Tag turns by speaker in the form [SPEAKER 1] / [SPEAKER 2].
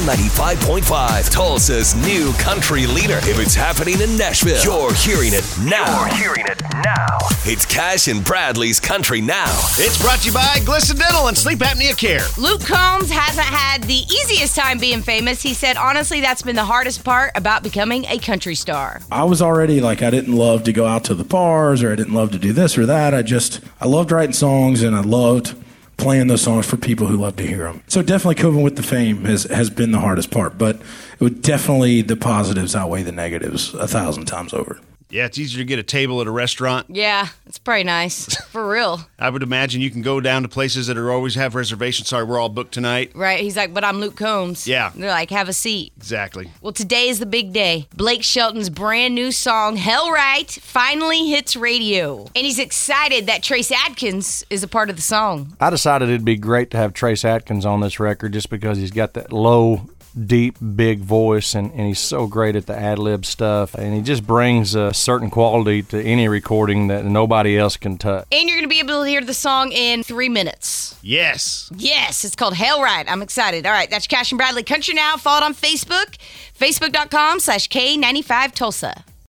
[SPEAKER 1] K95.5, Tulsa's new country leader. If it's happening in Nashville, you're hearing it now.
[SPEAKER 2] You're hearing it now.
[SPEAKER 1] It's Cash and Bradley's Country Now.
[SPEAKER 3] It's brought to you by Glisten Dental and Sleep Apnea Care.
[SPEAKER 4] Luke Combs hasn't had the easiest time being famous. He said, honestly, that's been the hardest part about becoming a country star.
[SPEAKER 5] I was already like I didn't love to go out to the bars or I didn't love to do this or that. I just I loved writing songs and I loved playing those songs for people who love to hear them. So definitely coping with the fame has has been the hardest part, but it would definitely the positives outweigh the negatives a thousand times over.
[SPEAKER 3] Yeah, it's easier to get a table at a restaurant.
[SPEAKER 4] Yeah, it's pretty nice. For real.
[SPEAKER 3] I would imagine you can go down to places that are always have reservations. Sorry, we're all booked tonight.
[SPEAKER 4] Right? He's like, but I'm Luke Combs.
[SPEAKER 3] Yeah.
[SPEAKER 4] And they're like, have a seat.
[SPEAKER 3] Exactly.
[SPEAKER 4] Well, today is the big day. Blake Shelton's brand new song, Hell Right, finally hits radio. And he's excited that Trace Adkins is a part of the song.
[SPEAKER 6] I decided it'd be great to have Trace Atkins on this record just because he's got that low, deep, big voice and, and he's so great at the ad lib stuff. And he just brings a certain quality to any recording that nobody else can touch.
[SPEAKER 4] And you're going to be able to hear the song in three minutes.
[SPEAKER 3] Yes.
[SPEAKER 4] Yes, it's called Hell Ride. I'm excited. All right, that's Cash and Bradley Country Now. Follow it on Facebook, facebook.com slash K95 Tulsa.